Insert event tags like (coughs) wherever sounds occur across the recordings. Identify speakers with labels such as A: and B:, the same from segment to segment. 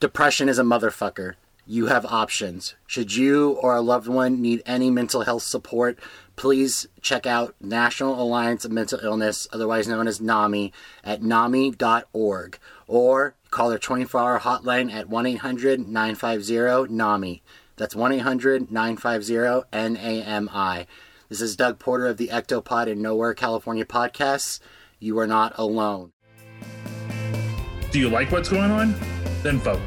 A: Depression is a motherfucker. You have options. Should you or a loved one need any mental health support, please check out National Alliance of Mental Illness, otherwise known as NAMI, at NAMI.org or call their 24 hour hotline at 1 800 950 NAMI. That's 1 800 950 NAMI. This is Doug Porter of the Ectopod and Nowhere California podcasts. You are not alone.
B: Do you like what's going on? Then vote.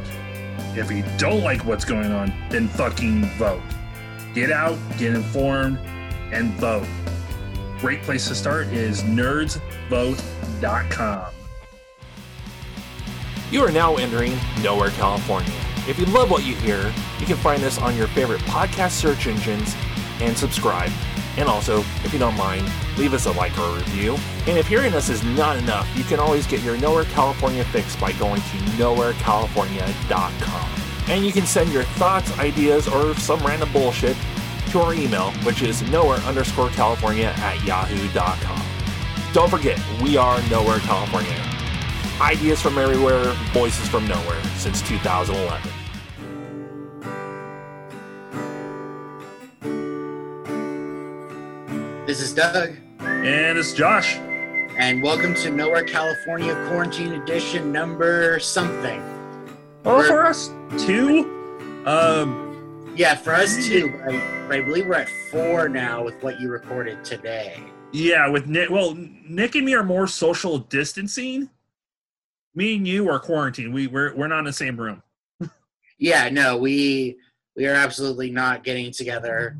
B: If you don't like what's going on, then fucking vote. Get out, get informed, and vote. Great place to start is nerdsvote.com.
C: You are now entering Nowhere, California. If you love what you hear, you can find us on your favorite podcast search engines and subscribe. And also, if you don't mind, leave us a like or a review. And if hearing us is not enough, you can always get your Nowhere California fix by going to nowherecalifornia.com. And you can send your thoughts, ideas, or some random bullshit to our email, which is nowhere underscore California at yahoo.com. Don't forget, we are Nowhere California. Ideas from everywhere, voices from nowhere since 2011.
A: This is Doug,
B: And it's Josh.
A: and welcome to Nowhere California Quarantine Edition number something.
B: Or for us, two. Um,
A: Yeah, for us too. but I, but I believe we're at four now with what you recorded today.
B: yeah, with Nick. Well, Nick and me are more social distancing. Me and you are quarantined. We, we're, we're not in the same room.
A: Yeah, no, we we are absolutely not getting together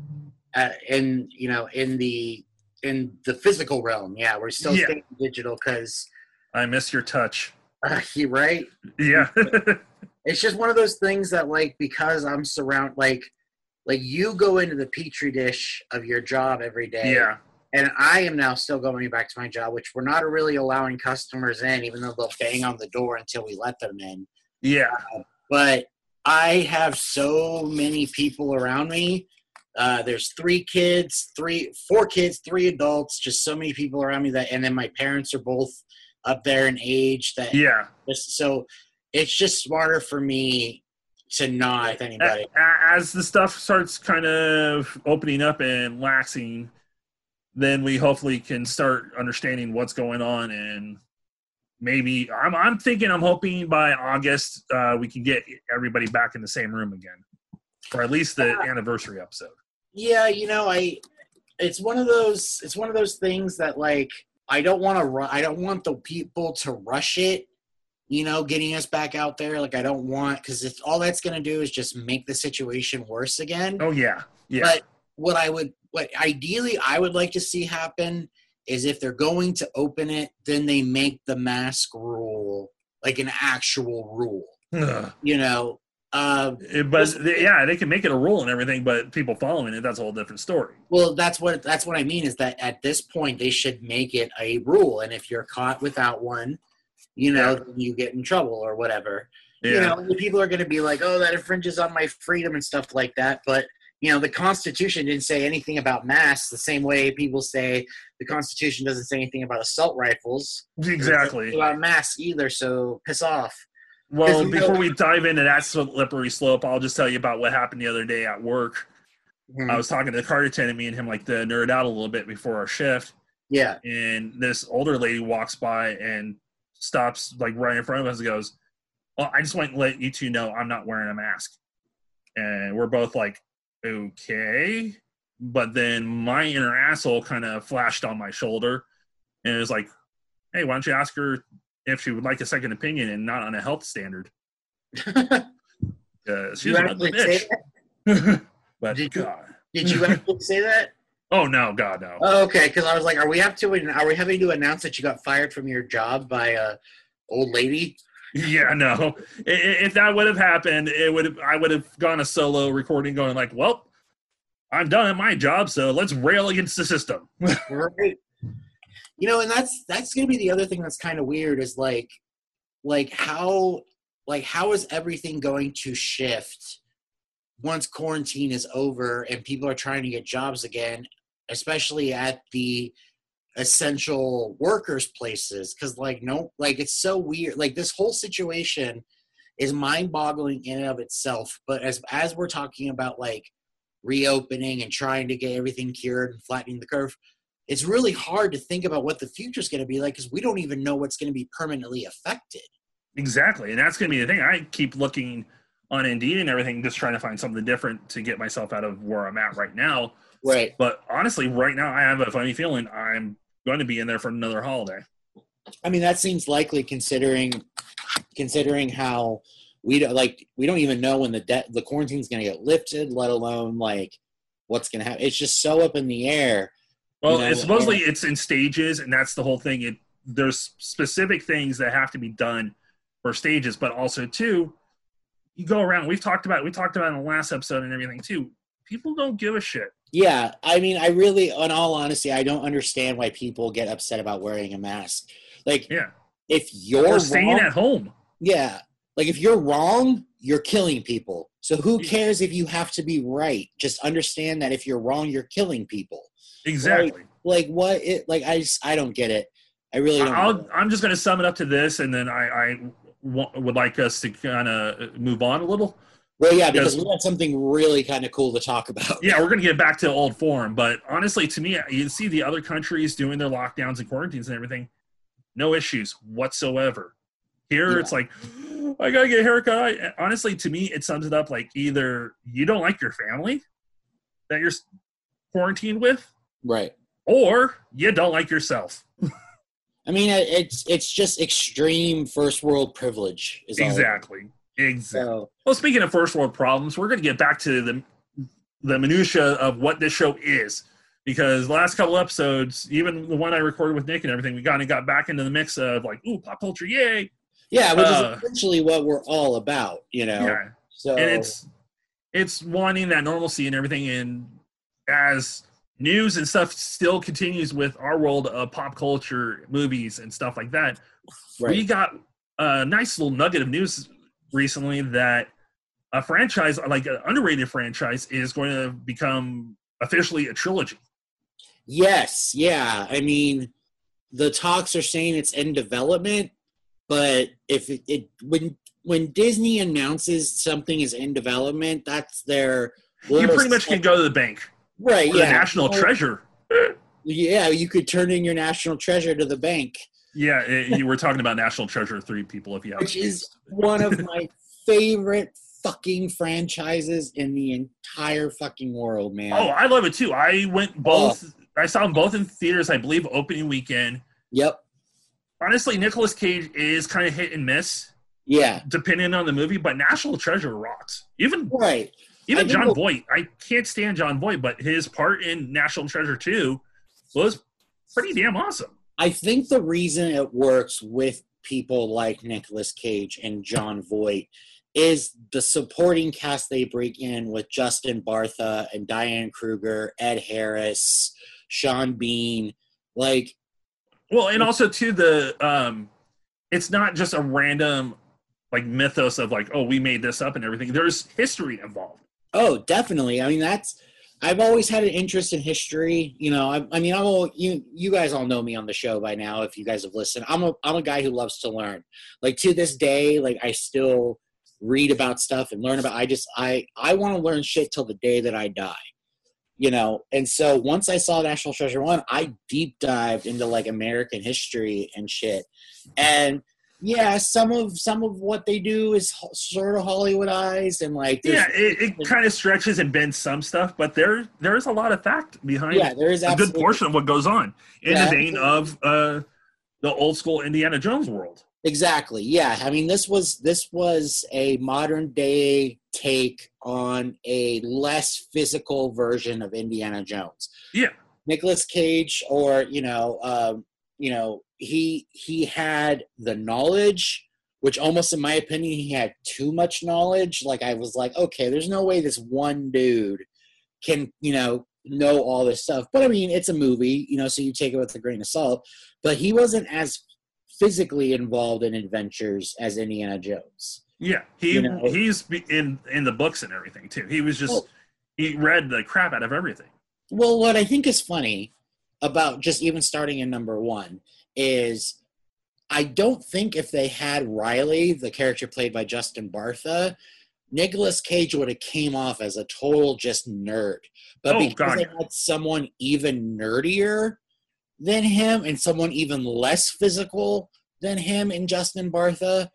A: at, in you know in the in the physical realm. Yeah, we're still
B: Yeah.
A: staying digital because
B: I miss your touch.
A: (laughs) uh, you right.
B: Yeah. (laughs)
A: It's just one of those things that like because I'm surround like like you go into the petri dish of your job every day.
B: yeah.
A: and I am now still going back to my job, which we're not really allowing customers in, even though they'll bang on the door until we let them in.
B: Yeah.
A: But I have so many people around me. Uh, there's three kids, three, four kids, three adults, just so many people around me that, and then my parents are both up there in age that
B: Yeah.
A: just, so it's just smarter for me to not with anybody.
B: A- a- as the stuff starts kind of opening up and laxing, then we hopefully can start understanding what's going on and maybe I'm I'm thinking I'm hoping by August uh, we can get everybody back in the same room again, or at least
A: Uh,
B: the anniversary episode.
A: yeah you know i it's one of those it's one of those things that like i don't want to i don't want the people to rush it you know getting us back out there like i don't want because if all that's going to do is just make the situation worse again
B: Oh yeah, yeah,
A: But- what i would what ideally i would like to see happen is if they're going to open it then they make the mask rule like an actual rule
B: Ugh.
A: you know uh,
B: (laughs) It- but they- yeah, they can make it a rule and everything, but people following it that's a whole different story.
A: Well, that's what that's what I mean is that at this point they should make it a rule, and if you're caught without one, you know then you get in trouble or whatever.
B: Yeah,
A: You know, and the people are going to be like, "Oh, that infringes on my freedom" and stuff like that. But you know, the Constitution didn't say anything about masks. The same way people say the Constitution doesn't say anything about assault rifles, It doesn't say
B: exactly.
A: about masks either. So piss off.
B: Well,
A: Because-
B: before we dive into that slippery slope, I'll just tell you about what happened the other day at work. I
A: Mm-hmm.
B: was talking to the card attendant, me and him like the nerd out a little bit before our shift,
A: yeah,
B: and this older lady walks by and stops like right in front of us and goes, "Well, I just want to let you two know I'm not wearing a mask," and we're both like, "Okay," but then my inner asshole kind of flashed on my shoulder, and it was like, "Hey, why don't you ask her if she would like a second opinion and not on a health
A: (laughs)
B: standard?" Uh, she's
A: You
B: a
A: actually say
B: bitch.
A: that?
B: (laughs) but
A: Did you-
B: God. (laughs)
A: Did you actually say that?
B: Oh no, God no.
A: Oh, okay, because I was like, are we have to? Are we having to announce that you got fired from your job by a old lady?
B: Yeah, no. I- i- If that would have happened, it would have, I would have gone a solo recording, going like, "Well, I'm done at my job, so let's rail against the system."
A: (laughs) Right. You know, and that's that's gonna be the other thing that's kind of weird is like, like how like how is everything going to shift once quarantine is over and people are trying to get jobs again, especially at the essential workers places because like no like it's so weird like this whole situation is mind boggling in and of itself. But as as we're talking about like reopening and trying to get everything cured and flattening the curve, it's really hard to think about what the future is going to be like because we don't even know what's going to be permanently affected.
B: Exactly. And that's going to be the thing. I keep looking on Indeed and everything, just trying to find something different to get myself out of where I'm at right now.
A: Right.
B: But honestly, right now, I have a funny feeling I'm going to be in there for another holiday.
A: I mean, that seems likely considering considering how we don't like we don't even know when the de- the quarantine's going to get lifted, let alone like what's going to happen. It's just so up in the air.
B: Well,
A: No,
B: it's supposedly
A: I-
B: it's in stages, and that's the whole thing. It there's specific things that have to be done for stages, but also too, you go around. We've talked about we talked about in the last episode and everything too. People don't give a shit.
A: Yeah, I mean, I really, in all honesty, I don't understand why people get upset about wearing a mask. Like,
B: Yeah,
A: if you're
B: we're staying
A: wrong,
B: at home.
A: yeah, like if you're wrong, you're killing people. So who
B: Yeah.
A: cares if you have to be right? Just understand that if you're wrong, you're killing people.
B: Exactly.
A: Like what? It like I just I don't get it. I really don't.
B: I'll,
A: get it.
B: I'm just going to sum it up to this, and then I I wa- would like us to kind of move on a little.
A: Well, yeah, because
B: because-
A: we had something really kind of cool to talk about.
B: Yeah, we're going to get back to old form, but honestly, to me, you see the other countries doing their lockdowns and quarantines and everything, no issues whatsoever. Here,
A: Yeah.
B: it's like, I got to get a haircut. I- Honestly, to me, it sums it up like either you don't like your family that you're s- quarantined with,
A: Right.
B: or you don't like yourself.
A: I mean, it- it's it's just extreme first world privilege. Is all it is.
B: Exactly. Exactly.
A: So
B: Well, speaking of first world problems, we're going to get back to the the minutia of what this show is, because the last couple episodes, even the one I recorded with Nick and everything, we kind of got back into the mix of like, ooh, pop culture, yay!
A: yeah, which
B: Uh,
A: is essentially what we're all about. You know.
B: Yeah,
A: So
B: and it's it's wanting that normalcy and everything, and as news and stuff still continues with our world of pop culture, movies, and stuff like that. we
A: right.
B: got a nice little nugget of news recently that a franchise like an underrated franchise is going to become officially a trilogy
A: Yes. Yeah. I mean, the talks are saying it's in development, but if it, it when when Disney announces something is in development, that's their
B: you pretty much can go to the bank
A: right.
B: or
A: Yeah. Oh.
B: the national
A: Or-
B: treasure
A: Yeah, you could turn in your national treasure to the bank,
B: yeah it- you were talking about national treasure three people if you have
A: which is one of my favorite fucking franchises in the entire fucking world, man.
B: oh i love it too i
A: Oh.
B: went both i saw them both in theaters i believe opening weekend
A: yep.
B: honestly Nicolas cage is kind of hit and miss
A: Yeah.
B: depending on the movie but national treasure rocks even
A: Right. I
B: Even
A: think
B: John
A: we'll-
B: Voight, I can't stand John Voight, but his part in National Treasure 2 was pretty damn awesome.
A: I think the reason it works with people like Nicolas Cage and John Voight is the supporting cast they bring in with Justin Bartha and Diane Kruger, Ed Harris, Sean Bean. Like,
B: Well, and also too the um it's not just a random like mythos of like, oh, we made this up and everything. There's history involved.
A: Oh, definitely. I mean, that's I've always had an interest in history. You know, I, I mean, I'm all you. You guys all know me on the show by now. If you guys have listened, I'm a I'm a guy who loves to learn. Like to this day, like I still read about stuff and learn about. I just I I want to learn shit till the day that I die. You know, and so once I saw National Treasure One, I deep dived into like American history and shit, and yeah, some of some of what they do is ho- sort of Hollywoodized and like there's-
B: yeah, it, it kind of stretches and bends some stuff, but there there's a lot of fact behind
A: yeah, there is
B: a good
A: absolutely
B: portion of what goes on in
A: Yeah.
B: the vein of uh the old school Indiana Jones world.
A: exactly. Yeah, I mean, this was this was a modern day take on a less physical version of Indiana Jones.
B: Yeah.
A: Nicholas Cage, or you know, um, you know, he he had the knowledge. Which almost, in my opinion, he had too much knowledge. Like I was like, okay, there's no way this one dude can, you know, know all this stuff. But I mean, it's a movie, you know, so you take it with a grain of salt. But he wasn't as physically involved in adventures as Indiana Jones.
B: Yeah, he
A: You know? Oh.
B: he's be- in in the books and everything too. He was just
A: Well-
B: he read the crap out of everything.
A: Well, what I think is funny about just even starting in number one is I don't think if they had Riley, the character played by Justin Bartha, Nicolas Cage would have came off as a total just nerd. But
B: Oh,
A: because
B: God.
A: they had someone even nerdier than him and someone even less physical than him in Justin Bartha,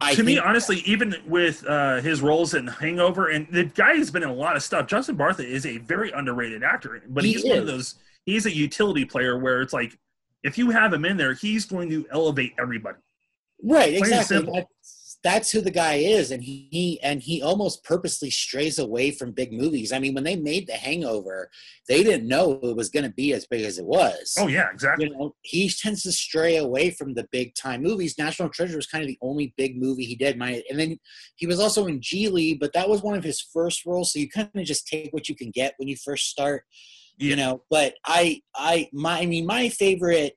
A: I
B: to me,
A: think-
B: honestly, even with uh, his roles in Hangover, and the guy has been in a lot of stuff. Justin Bartha is a very underrated actor, but
A: He
B: he's one of
A: is.
B: those. He's a utility player where it's like, if you have him in there, he's going to elevate everybody.
A: right
B: and
A: exactly.
B: simple.
A: That's, that's who the guy is, and he, he and he almost purposely strays away from big movies. I mean, when they made The Hangover, they didn't know it was going to be as big as it was.
B: Oh yeah, exactly.
A: you know, he tends to stray away from the big time movies. National Treasure was kind of the only big movie he did. My, and then he was also in Geely, but that was one of his first roles. So you kind of just take what you can get when you first start, you
B: Yeah.
A: know. But I, I, my, I mean, my favorite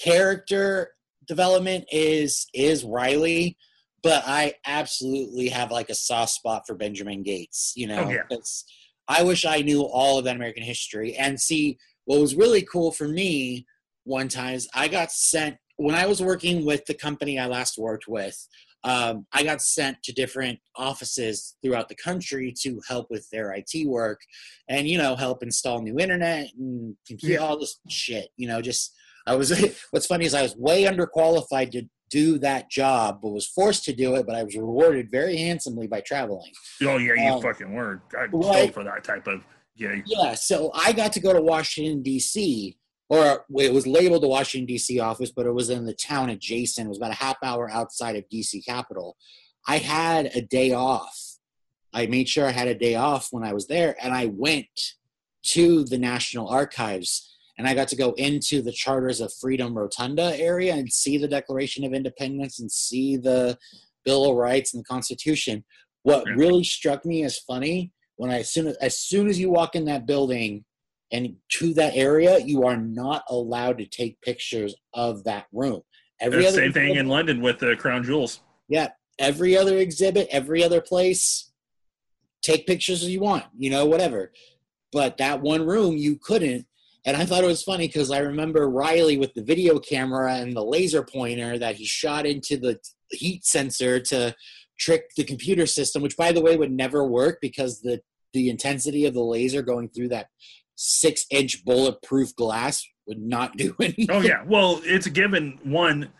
A: character development is is Riley. But I absolutely have like a soft spot for Benjamin Gates. You know,
B: Oh, yeah.
A: 'cause I wish I knew all of that American history. And see, what was really cool for me one time is I got sent when I was working with the company I last worked with. Um, I got sent to different offices throughout the country to help with their IT work, and you know, help install new internet and computer, all this shit. You know, just I was. (laughs) what's funny is I was way underqualified to do that job, but was forced to do it. But I was rewarded very handsomely by traveling.
B: Oh yeah, you
A: Um,
B: fucking word. I'd
A: right.
B: kill for that type of yeah.
A: Yeah, so I got to go to Washington D.C. or it was labeled the Washington D.C. office, but it was in the town adjacent. It was about a half hour outside of D.C. Capitol. I had a day off. I made sure I had a day off when I was there, and I went to the National Archives. And I got to go into the Charters of Freedom Rotunda area and see the Declaration of Independence and see the Bill of Rights and the Constitution. What
B: Yeah.
A: really struck me as funny when I as soon as, as soon as you walk in that building and to that area, you are not allowed to take pictures of that room. Every
B: The
A: other
B: uh, same thing
A: exhibit-
B: in London with the Crown Jewels.
A: yeah, every other exhibit, every other place, take pictures as you want, you know, whatever. But that one room, you couldn't. And I thought it was funny because I remember Riley with the video camera and the laser pointer that he shot into the heat sensor to trick the computer system, which, by the way, would never work because the the intensity of the laser going through that six inch bulletproof glass would not do (laughs) anything.
B: Oh yeah. Well, it's a given. One,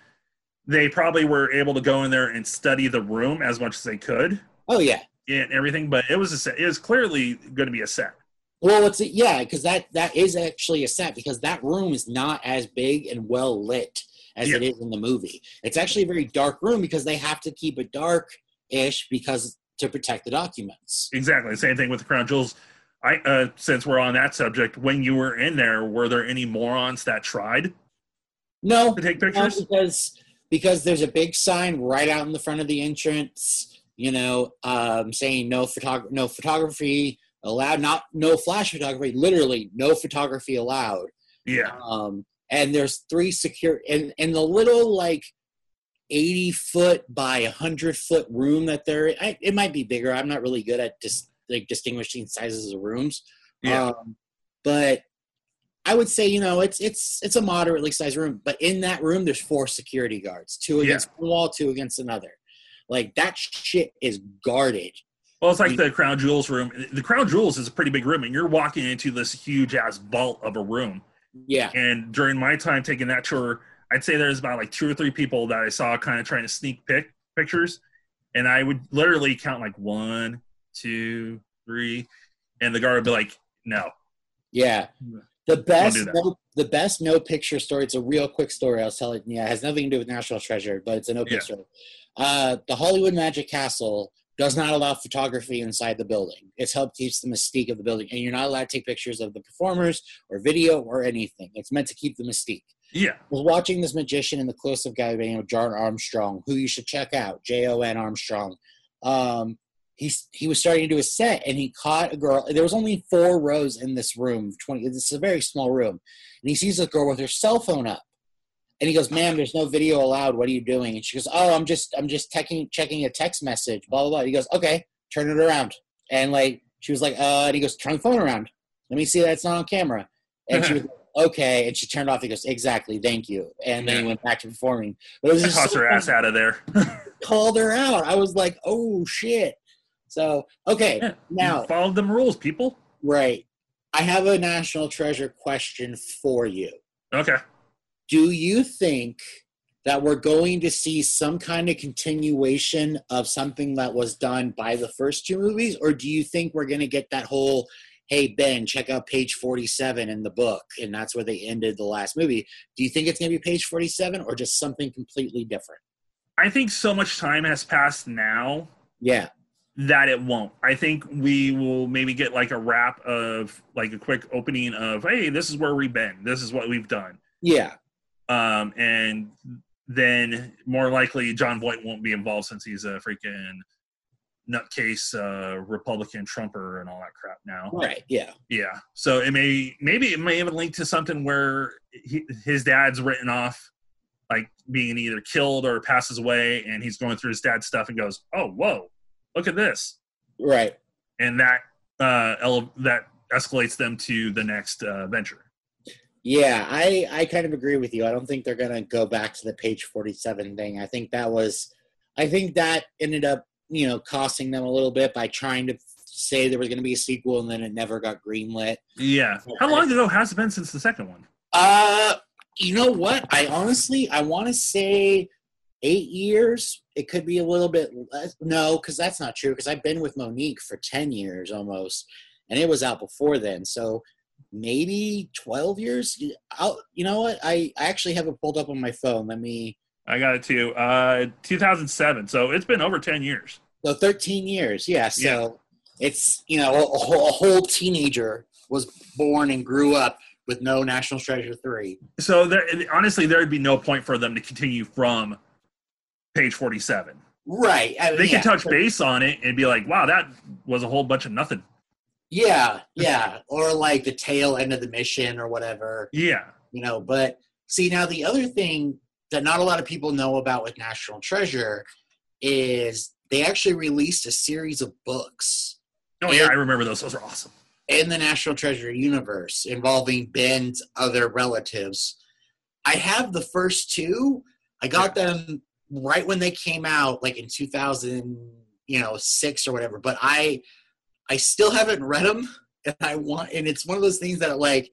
B: they probably were able to go in there and study the room as much as they could
A: Oh yeah.
B: and everything, but it was a set. It was clearly going to be a set.
A: Well, it's yeah, because that that is actually a set because that room is not as big and well lit as it is in the movie. It's actually a very dark room because they have to keep it dark ish because to protect the documents.
B: Exactly. Same thing with the Crown Jewels. I uh, since we're on that subject, when you were in there, were there any morons that tried
A: No,
B: to take
A: no,
B: pictures?
A: because because there's a big sign right out in the front of the entrance, you know, um, saying no photog- no photography allowed, not no flash photography, literally no photography allowed.
B: Yeah.
A: um, and there's three secure and and the little like 80 foot by 100 foot room that they're in I, it might be bigger i'm not really good at just like distinguishing sizes of rooms
B: Yeah.
A: um, but i would say you know it's it's it's a moderately sized room but in that room there's four security guards two
B: Yeah.
A: against one wall two against another like that shit is guarded
B: Well, it's like the Crown Jewels room. The Crown Jewels is a pretty big room, and you're walking into this huge ass vault of a room.
A: yeah
B: And during my time taking that tour, I'd say there's about like two or three people that I saw kind of trying to sneak pic pictures. And I would literally count like one, two, three. And the guard would be like, no.
A: Yeah.
B: Yeah.
A: The best
B: do that.
A: no, the best no picture story. It's a real quick story. I'll tell it. Yeah, it has nothing to do with National Treasure, but it's a no
B: Yeah.
A: picture. Uh, the Hollywood Magic Castle does not allow photography inside the building. It's help keeps the mystique of the building, and you're not allowed to take pictures of the performers or video or anything. It's meant to keep the mystique
B: Yeah.
A: was watching this magician in the close-up guy by the name of John Armstrong, who you should check out, J-O-N Armstrong. Um, he's, he was starting to do a set, and he caught a girl. There was only four rows in this room. Twenty. This is a very small room, and he sees a girl with her cell phone up, and he goes, "Ma'am, there's no video allowed. What are you doing?" And she goes, "Oh, I'm just I'm just checking checking a text message." Blah blah blah. He goes, "Okay, turn it around." And like she was like, "Uh," and he goes, "Turn the phone around. Let me see that it's not on camera." And she was okay. And she turned off. He goes, exactly. Thank you. And then he went back to performing. But it was
B: I
A: just
B: tossed
A: so
B: her ass
A: funny.
B: out of there.
A: Called her out. I was like, oh shit. So okay,
B: Yeah.
A: now
B: You followed them rules, people.
A: right. I have a national treasure question for you.
B: Okay.
A: do you think that we're going to see some kind of continuation of something that was done by the first two movies or do you think we're going to get that whole hey ben check out page 47 in the book and that's where they ended the last movie do you think it's going to be page 47 or just something completely different
B: I think so much time has passed now
A: yeah
B: that it won't. I think we will maybe get like a wrap of like a quick opening of, hey, this is where we've been. This is what we've done.
A: yeah
B: Um, and then more likely John Voight won't be involved since he's a freaking nutcase uh, Republican Trumper and all that crap now.
A: right yeah
B: Yeah. So it may maybe it may even link to something where he, his dad's written off, like being either killed or passes away, and he's going through his dad's stuff and goes, "Oh, whoa, look at this,"
A: right
B: and that uh, ele- that escalates them to the next uh, venture.
A: Yeah, I I kind of agree with you. I don't think they're gonna go back to the page forty seven thing. I think that was, I think that ended up you know costing them a little bit by trying to say there was gonna be a sequel and then it never got greenlit.
B: Yeah. How long ago has it been since the second one?
A: Uh, you know what? I honestly I want to say eight years. It could be a little bit less. No, because that's not true. Because I've been with Monique for ten years almost, and it was out before then. So maybe twelve years. I'll, you know what? I I actually have it pulled up on my phone. Let me.
B: I got it too. Uh, 2007. So it's been over 10 years.
A: No, thirteen years. Yeah. So it's you know a, a whole- a whole teenager was born and grew up with no National Treasure three.
B: So there, honestly, there'd be no point for them to continue from page 47.
A: Right. I mean,
B: they
A: yeah.
B: could touch base on it and be like, "Wow, that was a whole bunch of nothing."
A: Yeah, yeah, or like the tail end of the mission or whatever,
B: Yeah,
A: you know. But see, now the other thing that not a lot of people know about with National Treasure is they actually released a series of books
B: oh yeah, I remember those. Those were awesome.
A: in the National Treasure universe involving Ben's other relatives. I have the first two. I got them right when they came out, like in 2000, you know, six or whatever. But I, I still haven't read them, and I want. And it's one of those things that, like,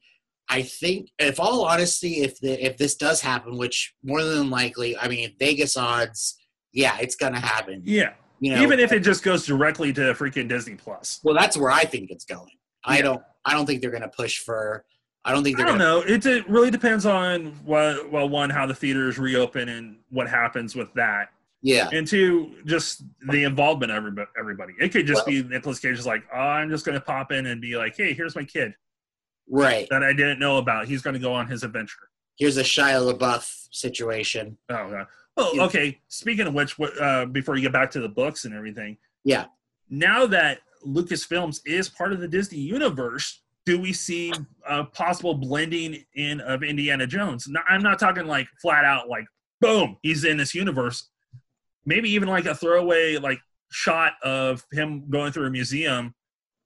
A: I think, if all honesty, if the if this does happen, which more than likely, I mean, Vegas odds, yeah, it's gonna happen.
B: Yeah,
A: You know,
B: even if it just goes directly to freaking Disney Plus.
A: well, that's where I think it's going. I
B: Yeah.
A: don't. I don't think they're going to push for. I don't think
B: I
A: they're
B: don't
A: going to.
B: know. It, it really depends on what, well, one, how the theaters reopen and what happens with that,
A: Yeah.
B: and two, just the involvement of everybo- everybody. It could just be Nicholas Cage is like, oh, "I'm just going to pop in and be like, hey, here's my kid
A: Right.
B: that I didn't know about. He's going to go on his adventure."
A: Here's a Shia LaBeouf situation.
B: Oh god. Well,
A: Yeah.
B: okay. Speaking of which, what, uh, before you get back to the books and everything,
A: Yeah.
B: Now that Lucasfilms is part of the Disney universe, do we see a possible blending in of Indiana Jones? No, I'm not talking like flat out like boom, he's in this universe. Maybe even like a throwaway like shot of him going through a museum,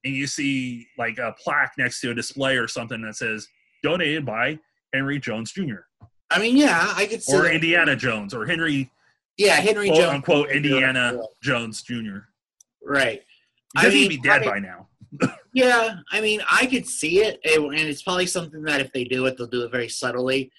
B: and you see like a plaque next to a display or something that says donated by Henry Jones Jr.
A: I mean, yeah, I could see.
B: or um,
A: that.
B: Indiana Jones or Henry
A: Yeah, Henry
B: quote
A: Jones.
B: unquote Indiana Jones Jr.
A: Right. I
B: Because
A: mean,
B: he'd be dead
A: I-
B: by now.
A: Yeah, I mean, I could see it, it- and it's probably something that if they do it, they'll do it very subtly.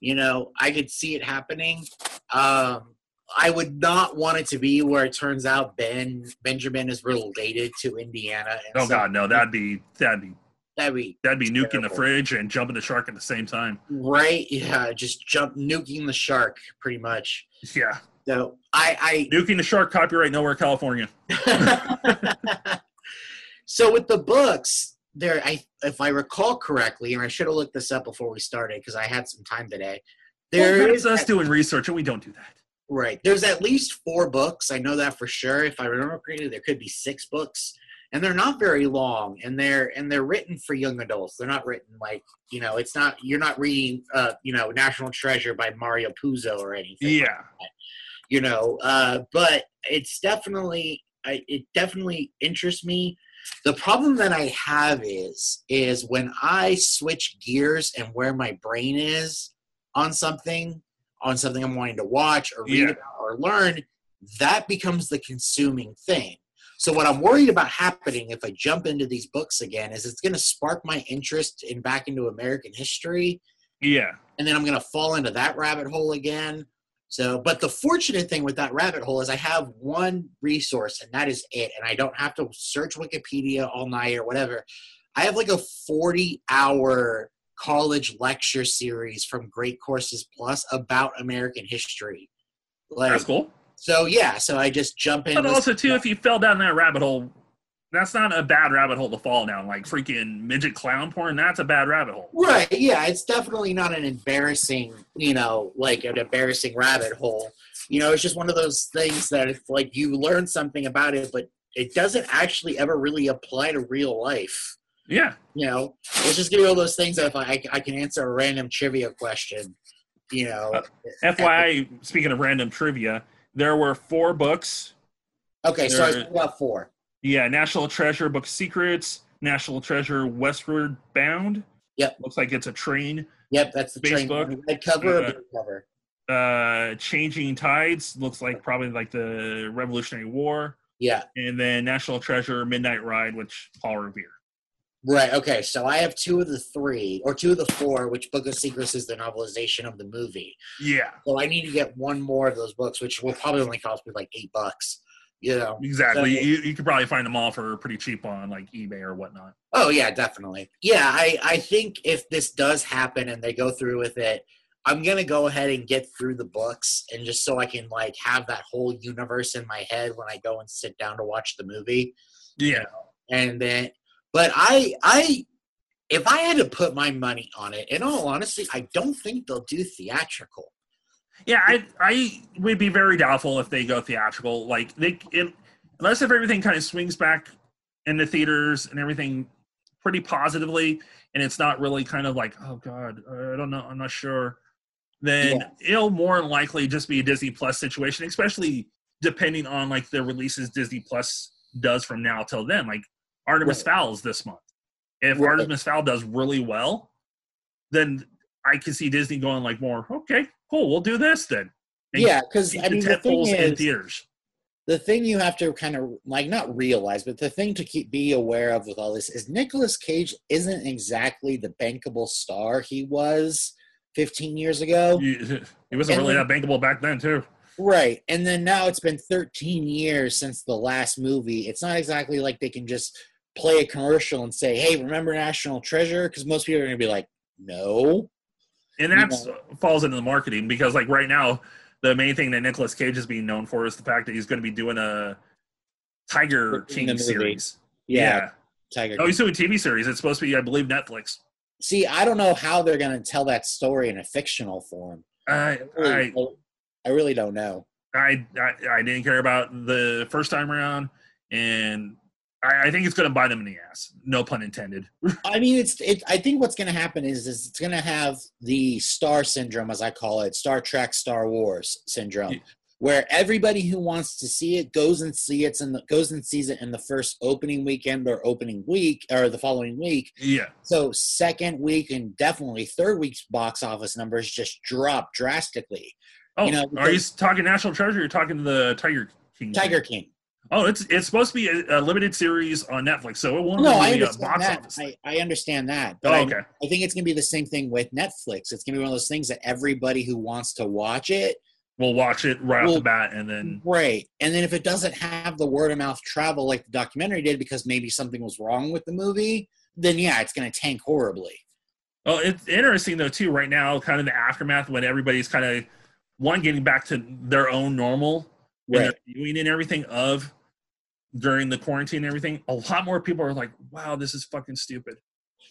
A: You know, I could see it happening. Um, I would not want it to be where it turns out Ben Benjamin is related to Indiana. And
B: Oh
A: so
B: God, no! That'd be that'd be
A: that'd be
B: that'd be nuking the
A: Terrible.
B: fridge and jumping the shark at the same time.
A: right. Yeah, just jump nuking the shark, pretty much.
B: Yeah,
A: So I, I
B: nuking the shark. Copyright nowhere, California.
A: (laughs) so with the books there i if i recall correctly and i should have looked this up before we started because i had some time today
B: There
A: There
B: well,
A: is
B: that's us doing research, and we don't do that.
A: right there's at least four books i know that for sure if i remember correctly there could be six books and they're not very long and they're and they're written for young adults they're not written like you know it's not you're not reading uh you know national treasure by mario puzo or anything
B: Yeah,
A: you know uh, but it's definitely I, it definitely interests me. The problem that I have is is when I switch gears and where my brain is on something, on something I'm wanting to watch or read
B: Yeah.
A: about or learn, that becomes the consuming thing. So what I'm worried about happening if I jump into these books again is it's going to spark my interest in back into American history
B: Yeah.
A: and then I'm going to fall into that rabbit hole again. So, but the fortunate thing with that rabbit hole is I have one resource and that is it. And I don't have to search Wikipedia all night or whatever. I have like a 40 hour college lecture series from Great Courses Plus about American history. Like,
B: That's cool.
A: so yeah, so I just jump in.
B: But
A: listen-
B: also too, if you fell down that rabbit hole, that's not a bad rabbit hole to fall down. Like freaking midget clown porn, that's a bad rabbit hole.
A: Right. Yeah. It's definitely not an embarrassing, you know, like an embarrassing rabbit hole. You know, it's just one of those things that it's like you learn something about it, but it doesn't actually ever really apply to real life.
B: Yeah.
A: You know, it's just gonna be all those things that if I, I can answer a random trivia question, you know.
B: FYI, speaking of random trivia, there were four books.
A: Okay. So I was
B: there-
A: about four.
B: Yeah, National Treasure Book Secrets, National Treasure Westward Bound.
A: Yep.
B: Looks like it's a train.
A: Yep. That's the train.
B: Facebook.
A: one. Red cover or
B: Yeah.
A: blue cover?
B: Uh, Changing Tides looks like probably like the Revolutionary War,
A: Yeah.
B: and then National Treasure Midnight Ride, which Paul Revere.
A: Right. Okay. So I have two of the three, or two of the four, which Book of Secrets is the novelization of the movie.
B: Yeah,
A: So I need to get one more of those books, which will probably only cost me like eight bucks. You know?
B: exactly.
A: So-
B: you, you could probably find them all for pretty cheap on like eBay or whatnot.
A: Oh yeah, definitely. Yeah, I I think if this does happen and they go through with it, I'm gonna go ahead and get through the books and just so I can like have that whole universe in my head when I go and sit down to watch the movie.
B: Yeah,
A: and then but i i if i had to put my money on it in all honesty i don't think they'll do theatrical
B: yeah. I I would be very doubtful if they go theatrical. Like they, it, unless if everything kind of swings back in the theaters and everything pretty positively, and it's not really kind of like oh god, uh, I don't know, I'm not sure. Then it'll more than likely just be a Disney Plus situation, especially depending on like the releases Disney Plus does from now till then. Like Artemis Fowl's this month. If
A: Right.
B: Artemis Fowl does really well, then I can see Disney going like more, okay, cool, we'll do this then. And
A: yeah because
B: keep
A: i mean the thing
B: tentpoles in
A: is
B: theaters.
A: the thing you have to kind of like not realize but the thing to keep be aware of with all this is Nicolas cage isn't exactly the bankable star he was 15 years ago
B: You- (laughs) It wasn't
A: And
B: really
A: then-
B: that bankable back then, too.
A: Right. And then now it's been 13 years since the last movie. It's not exactly like they can just play a commercial and say, hey, remember National Treasure? Because most people are going to be like, no.
B: And
A: You
B: that falls into the marketing because, like, right now, the main thing that Nicolas Cage is being known for is the fact that he's going to be doing a Tiger
A: In the
B: King
A: movie.
B: series.
A: Tiger.
B: Oh, he's doing a TV series. It's supposed to be, I believe, Netflix.
A: See, I don't know how they're going to tell that story in a fictional form.
B: I, I,
A: I really don't know.
B: I, I, I didn't care about the first time around, and I, I think it's going to bite him in the ass. No pun intended.
A: I mean, it's. It, I think what's going to happen is, is it's going to have the star syndrome, as I call it, Star Trek, Star Wars syndrome,
B: Yeah.
A: where everybody who wants to see it goes and see it and goes and sees it in the first opening weekend or opening week or the following week.
B: Yeah,
A: So second week and definitely third week's box office numbers just drop drastically.
B: Oh,
A: You know,
B: are you talking National Treasure? You're talking the Tiger King.
A: Tiger King.
B: Oh, it's it's supposed to be a, a limited series on Netflix, so it won't
A: No, I
B: really be a
A: understand
B: uh, box
A: that.
B: office.
A: I, I understand that. But
B: oh,
A: I-
B: okay.
A: I think it's going to be the same thing with Netflix. It's going to be one of those things that everybody who wants to watch it
B: We'll watch it right off
A: Well-
B: the bat, and then
A: Right. And then if it doesn't have the word of mouth travel like the documentary did because maybe something was wrong with the movie, then yeah, it's going to tank horribly.
B: oh, it's interesting though too. Right now, kind of the aftermath when everybody's kind of one getting back to their own normal and their viewing and everything of during the quarantine and everything. A lot more people are like, "Wow, this is fucking stupid."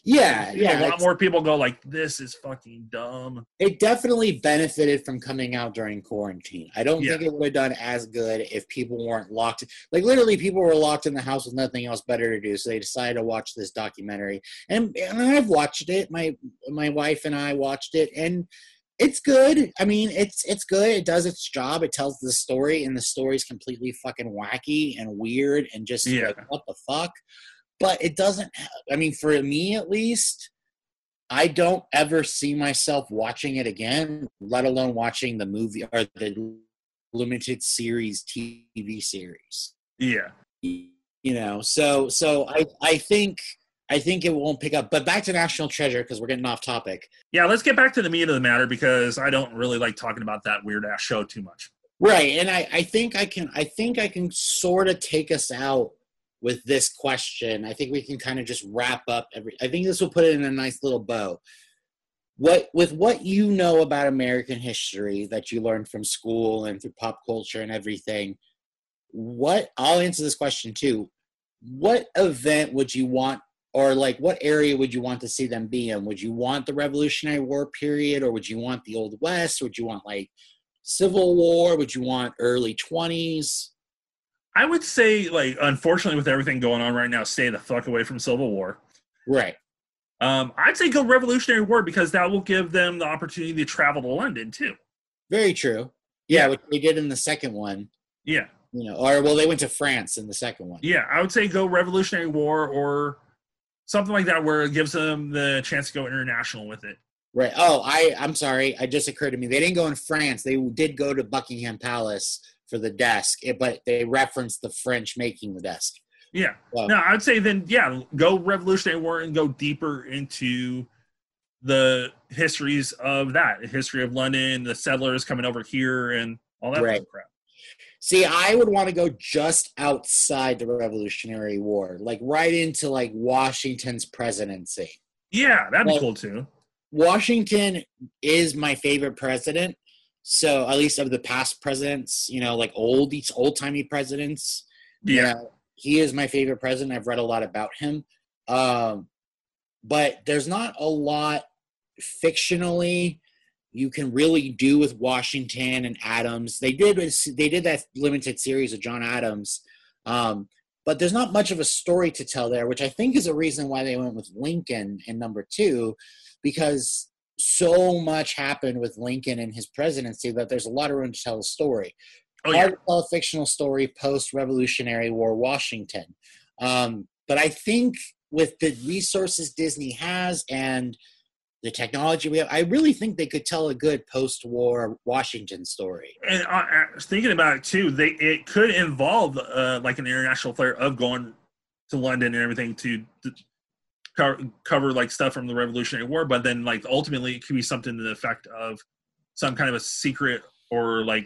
A: Yeah.
B: You know,
A: Yeah.
B: a lot
A: it's-
B: more people go like, "This is fucking dumb."
A: It definitely benefited from coming out during quarantine. I don't
B: Yeah.
A: think it would have done as good if people weren't locked. Like literally, people were locked in the house with nothing else better to do, so they decided to watch this documentary. And and I've watched it. My my wife and I watched it, and it's good. I mean, it's it's good. It does its job. It tells the story, and the story's completely fucking wacky and weird and just
B: Yeah.
A: like what the fuck. But it doesn't. I mean, for me at least, I don't ever see myself watching it again. Let alone watching the movie or the limited series TV series
B: Yeah.
A: you know so so i i think i think it won't pick up but back to national treasure because we're getting off topic
B: Yeah, let's get back to the meat of the matter because I don't really like talking about that weird ass show too much.
A: right and i i think i can i think i can sort of take us out with this question i think we can kind of just wrap up every i think this will put it in a nice little bow what with what you know about american history that you learned from school and through pop culture and everything what i'll answer this question too what event would you want or like what area would you want to see them be in would you want the revolutionary war period or would you want the old west would you want like civil war would you want early 20s
B: I would say, like, unfortunately, with everything going on right now, stay the fuck away from Civil War.
A: right
B: Um, I'd say go Revolutionary War because that will give them the opportunity to travel to London too.
A: very true yeah which they did in the second one
B: Yeah,
A: you know or well they went to france in the second one
B: yeah. I would say go Revolutionary War or something like that where it gives them the chance to go international with it.
A: right oh i i'm sorry it just occurred to me they didn't go in france they did go to buckingham palace for the desk eh, but they referenced the french making the desk
B: Yeah.
A: Wow.
B: No, I'd say then, yeah, go Revolutionary War and go deeper into the histories of that, the history of London, the settlers coming over here, and all that
A: Right.
B: crap.
A: See, I would want to go just outside the Revolutionary War, like right into like Washington's presidency.
B: Yeah, that'd be
A: Well-
B: cool too.
A: Washington is my favorite president. So at least of the past presidents, you know, like old old timey presidents. you
B: Yeah.
A: know, he is my favorite president. I've read a lot about him. Um, but there's not a lot fictionally you can really do with Washington and Adams. They did they did that limited series of John Adams. Um, but there's not much of a story to tell there, which I think is a reason why they went with Lincoln in number two, because so much happened with Lincoln and his presidency that there's a lot of room to tell a story
B: Oh,
A: hard
B: yeah.
A: to tell a fictional story post Revolutionary War Washington. Um, but I think with the resources Disney has and the technology we have, I really think they could tell a good post war Washington story.
B: And I, I was thinking about it too, they it could involve uh, like an international flair of going to London and everything to, to cover, cover like stuff from the Revolutionary War, but then like ultimately it could be something to the effect of some kind of a secret or like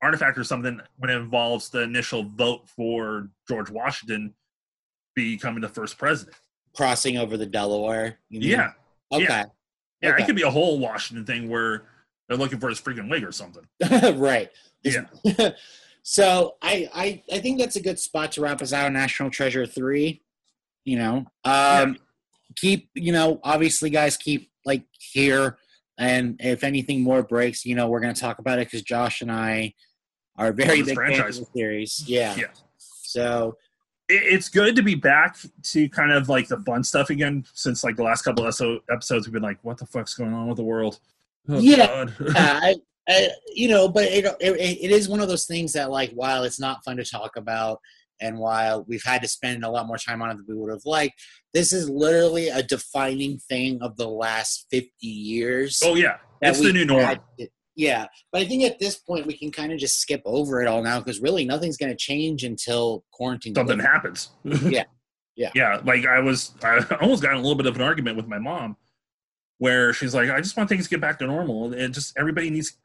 B: artifact or something when it involves the initial vote for George Washington becoming the first president.
A: Crossing over the Delaware. you mean?
B: Yeah,
A: Okay.
B: yeah,
A: Okay.
B: it could be a whole Washington thing where they're looking for his freaking wig or something.
A: (laughs) right. Yeah. (laughs) so I, I I think that's a good spot to wrap us out on National Treasure three. You know, um, keep you know obviously guys keep like here, and if anything more breaks, you know we're gonna talk about it because Josh and I are very
B: this
A: big fans
B: franchise.
A: of the series. Yeah.
B: Yeah.
A: So
B: it, it's good to be back to kind of like the fun stuff again since like the last couple of so- episodes we've been like what the fuck's going on with the world
A: Yeah.
B: God.
A: (laughs) yeah, I, I, you know, but it, it it is one of those things that like while it's not fun to talk about, and while we've had to spend a lot more time on it than we would have liked, this is literally a defining thing of the last fifty years.
B: oh yeah
A: that
B: it's
A: we
B: the new norm
A: had to- Yeah, but I think at this point we can kind of just skip over it all now because really nothing's going to change until quarantine.
B: something
A: lifts.
B: happens
A: Yeah. Yeah.
B: (laughs) yeah like i was i almost got in a little bit of an argument with my mom where she's like i just want things to get back to normal and just everybody needs to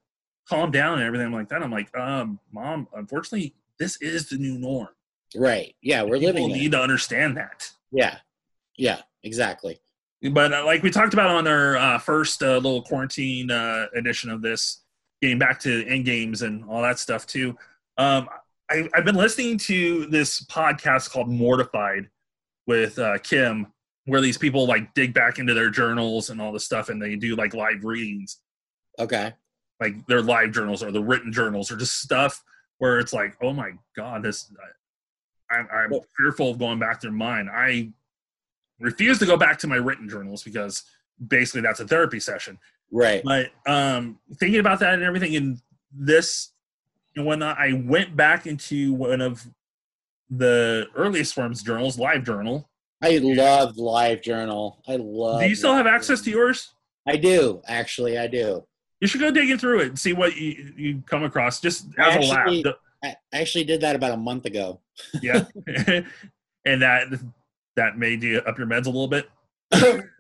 B: calm down and everything like that i'm like um mom unfortunately this is the new norm
A: Right? Yeah, we're
B: people
A: living. in it.
B: need to understand that
A: Yeah, yeah, exactly.
B: but uh, like we talked about on our uh, first uh, little quarantine uh, edition of this, getting back to end games and all that stuff too. Um, I, I've been listening to this podcast called Mortified with uh, Kim, where these people like dig back into their journals and all this stuff, and they do like live readings,
A: Okay.
B: like their live journals or the written journals or just stuff where it's like, oh my god, this. I, I'm, I'm
A: Well-
B: fearful of going back through mine. I refuse to go back to my written journals because basically that's a therapy session.
A: Right.
B: But um, thinking about that and everything, and this and whatnot, I went back into one of the earliest forms of journals, Live Journal.
A: I love Live Journal. I love.
B: Do you still have
A: Live
B: access to
A: Journal.
B: yours?
A: I do actually. I do.
B: You should go digging through it and see what you, you come across. Just as
A: I
B: a laugh.
A: actually- I I actually did that about a month ago. (laughs)
B: yeah, (laughs) and that that made you up your meds a little bit.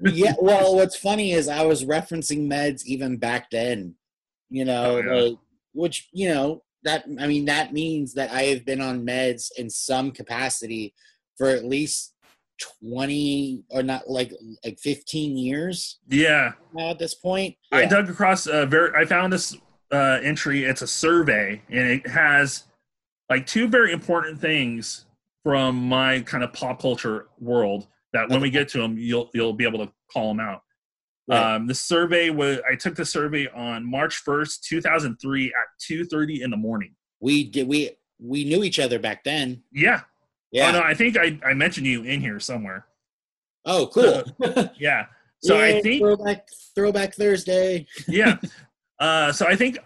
A: yeah. Well, what's funny is I was referencing meds even back then. You know,
B: Oh, yeah.
A: like, which you know that I mean that means that I have been on meds in some capacity for at least twenty or not like like fifteen years
B: Yeah,
A: now at this point.
B: I
A: Yeah.
B: dug across a very. I found this uh, entry. It's a survey, and it has like two very important things from my kind of pop culture world. That when we get to them, you'll you'll be able to call them out.
A: Right.
B: Um, the survey was. I took the survey on March first, two thousand three, at two thirty in the morning.
A: we did we we knew each other back then.
B: Yeah.
A: Yeah.
B: Oh no, I think I I mentioned you in here somewhere.
A: Oh, cool.
B: Yeah. So I
A: Yay,
B: think
A: throwback throwback Thursday.
B: yeah. Uh, so I think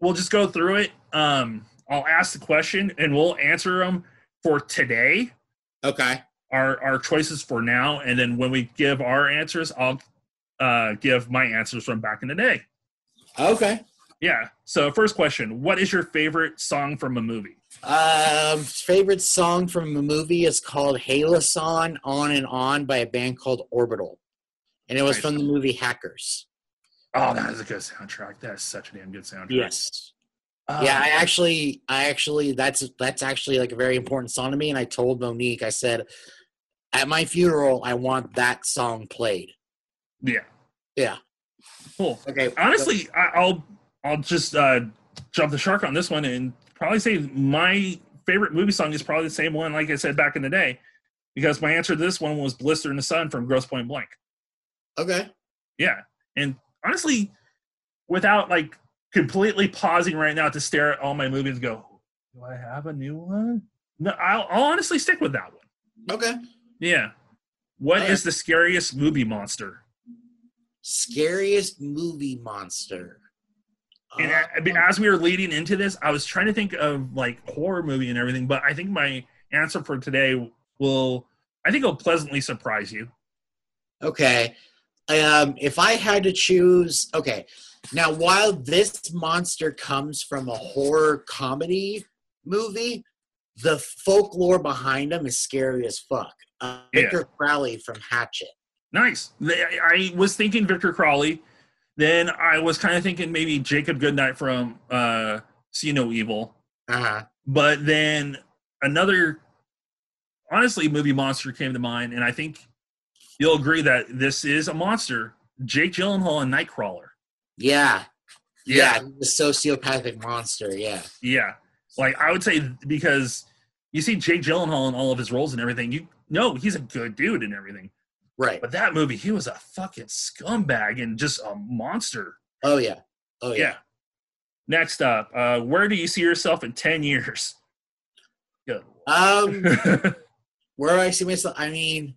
B: we'll just go through it. Um, I'll ask the question and we'll answer them for today.
A: Okay.
B: Our our choices for now, and then when we give our answers, I'll uh, give my answers from back in the day.
A: Okay.
B: Yeah. So first question: What is your favorite song from a movie?
A: Um, favorite song from a movie is called Halison On and On by a band called Orbital. And it was
B: Nice.
A: from the movie Hackers.
B: Oh, that is a good soundtrack. That's such a damn good soundtrack.
A: Yes.
B: Uh,
A: Yeah, I actually I actually that's that's actually like a very important song to me and I told Monique I said at my funeral I want that song played.
B: yeah.
A: Yeah.
B: Cool.
A: Okay.
B: honestly I, i'll i'll just uh jump the shark on this one and probably say my favorite movie song is probably the same one like i said back in the day because my answer to this one was blister in the sun from gross point blank
A: Okay.
B: yeah and honestly without like completely pausing right now to stare at all my movies and go do i have a new one no i'll, I'll honestly stick with that one
A: Okay.
B: yeah What is
A: Alright.
B: the scariest movie monster
A: Scariest movie monster. Uh,
B: and a- I mean, as we were leading into this, I was trying to think of like horror movie and everything, but I think my answer for today will, I think, will pleasantly surprise you.
A: Okay. Um, if I had to choose, okay. Now, while this monster comes from a horror comedy movie, the folklore behind him is scary as fuck. Uh,
B: Yeah.
A: Victor Crowley from Hatchet.
B: Nice. They- I I was thinking Victor Crowley. Then I was kind of thinking maybe Jacob Goodnight from uh, See No Evil.
A: Uh
B: Uh-huh.
A: huh.
B: But then another, honestly, movie monster came to mind, and I think you'll agree that this is a monster. Jake Gyllenhaal and Nightcrawler.
A: Yeah. Yeah. The sociopathic monster. Yeah.
B: Yeah. Like I would say because you see Jake Gyllenhaal in all of his roles and everything, you know he's a good dude and everything.
A: Right.
B: But that movie, he was a fucking scumbag and just a monster.
A: Oh, yeah. Oh, yeah.
B: Next up, uh, where do you see yourself in ten years? Good. (laughs)
A: Um, where do I see myself? I mean,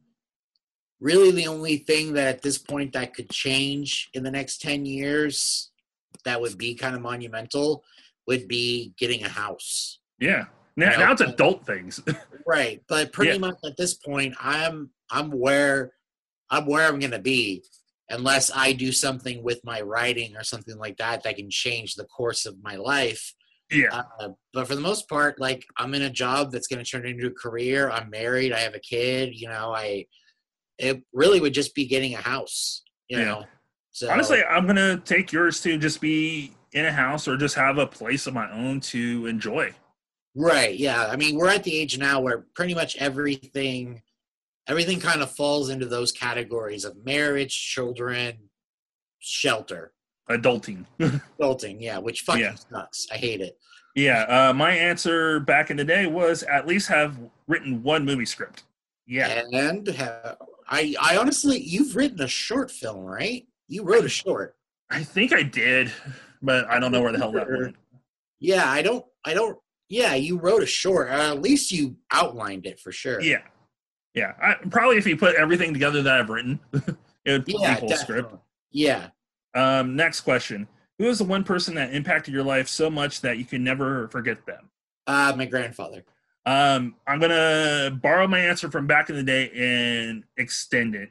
A: really, the only thing that at this point that could change in the next 10 years that would be kind of monumental would be getting a house.
B: yeah. Now, now it's adult things. (laughs)
A: Right. But pretty
B: Yeah.
A: much at this point, I'm I'm where I'm where I'm gonna be unless I do something with my writing or something like that that can change the course of my life.
B: yeah.
A: Uh, but for the most part, like I'm in a job that's going to turn into a career. I'm married. I have a kid. You know, I it really would just be getting a house. You
B: Yeah.
A: know, so
B: Honestly, I'm gonna take yours to just be in a house or just have a place of my own to enjoy.
A: right? Yeah, I mean, we're at the age now where pretty much everything, everything kind of falls into those categories of marriage, children, shelter,
B: Adulting.
A: adulting. Yeah, which fucking
B: Yeah.
A: sucks. I hate it.
B: Yeah, uh, my answer back in the day was at least have written one movie script. Yeah,
A: And uh, I, I honestly, you've written a short film, right? You wrote a short.
B: I think I did, but I don't know where the hell that went.
A: Yeah, I don't. I don't. Yeah, you wrote a short. Or at least you outlined it for sure.
B: Yeah, yeah. I, probably if you put everything together that I've written, (laughs) it would
A: Yeah.
B: equal a script.
A: definitely. Yeah.
B: Um, next question: Who is the one person that impacted your life so much that you can never forget them?
A: Uh, my grandfather.
B: Um, I'm gonna borrow my answer from back in the day and extend it.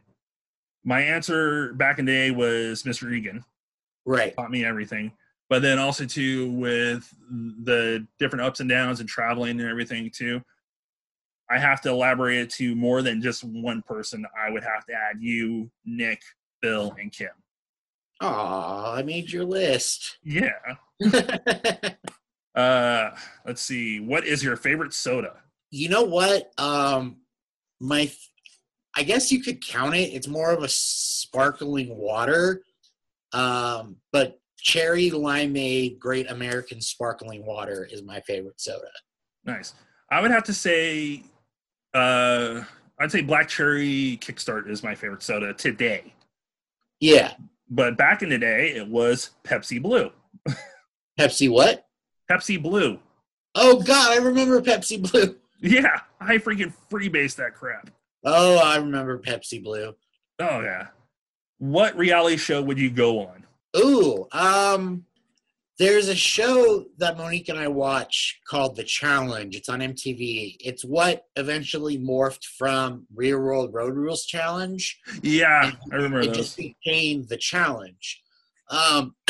B: My answer back in the day was Mr. Egan.
A: Right.
B: taught me everything. But then also too with the different ups and downs and traveling and everything too, I have to elaborate it to more than just one person. I would have to add you, Nick, Bill, and Kim.
A: Aw, I made your list. (laughs)
B: Yeah. Uh, let's see. What is your favorite soda?
A: you know what? Um, my, f- I guess you could count it. It's more of a sparkling water, um, but cherry limeade Great American Sparkling Water is my favorite soda.
B: Nice. I would have to say, uh, I'd say Black Cherry Kickstart is my favorite soda today.
A: Yeah,
B: But back in the day, it was Pepsi Blue.
A: Pepsi. What?
B: Pepsi Blue.
A: Oh God, I remember Pepsi Blue.
B: Yeah, I freaking freebase that crap.
A: Oh, I remember Pepsi Blue.
B: Oh yeah. What reality show would you go on?
A: Ooh, um, there's a show that Monique and I watch called The Challenge. It's on MTV. It's what eventually morphed from Real World Road Rules Challenge.
B: Yeah, I remember
A: It just
B: those.
A: became The Challenge. Um, (coughs)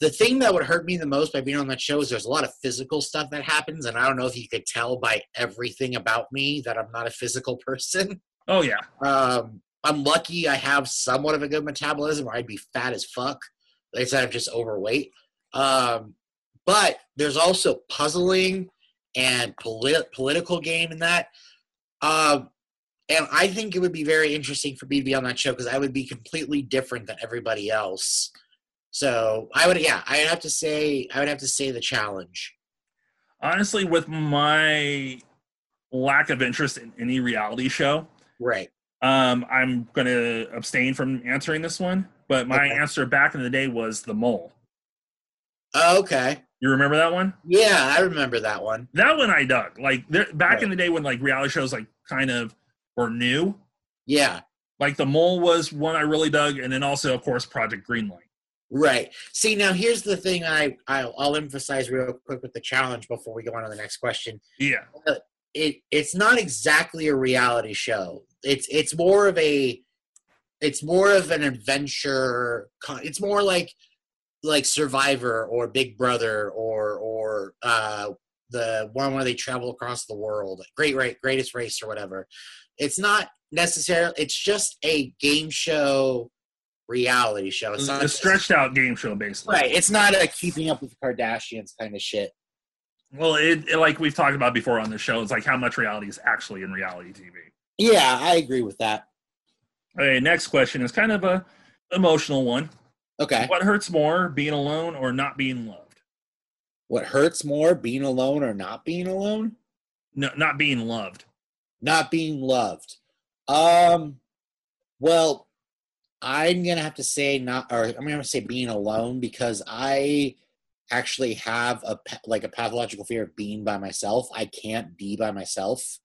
A: the thing that would hurt me the most by being on that show is there's a lot of physical stuff that happens, and I don't know if you could tell by everything about me that I'm not a physical person.
B: Oh yeah.
A: Um, I'm lucky I have somewhat of a good metabolism, or I'd be fat as fuck. Like I said, I'm just overweight. Um, but there's also puzzling and polit- political game in that. Um, and I think it would be very interesting for me to be on that show because I would be completely different than everybody else. So I would, yeah, I would have to say, I would have to say the challenge.
B: Honestly, with my lack of interest in any reality show,
A: Right.
B: um, I'm gonna abstain from answering this one. But my
A: Okay.
B: answer back in the day was the mole.
A: Oh, Okay.
B: You remember that one?
A: Yeah, I remember that one.
B: That one I dug. Like there, back
A: Right.
B: in the day when like reality shows like kind of were new.
A: Yeah.
B: Like the mole was one I really dug, and then also of course Project Greenlight.
A: Right. See, now here's the thing I, I I'll emphasize real quick with the challenge before we go on to the next question.
B: Yeah.
A: It it's not exactly a reality show. It's it's more of a it's more of an adventure. co- It's more like like Survivor or Big Brother or or uh, the one where they travel across the world, Great Race, Greatest Race or whatever. It's not necessarily. It's just a game show reality show. It's not
B: The stretched out game show basically.
A: Right. It's not a keeping up with the Kardashians kind of shit.
B: Well, it, it- like we've talked about before on the show, it's like how much reality is actually in reality TV.
A: Yeah, I agree with that.
B: Okay, next question is kind of a emotional one.
A: Okay.
B: What hurts more, being alone or not being loved?
A: What hurts more, being alone or not being alone?
B: No, not being loved.
A: Not being loved. Um well, I'm going to have to say not or I'm going to say being alone because I actually have a pa- like a pathological fear of being by myself. I can't be by myself,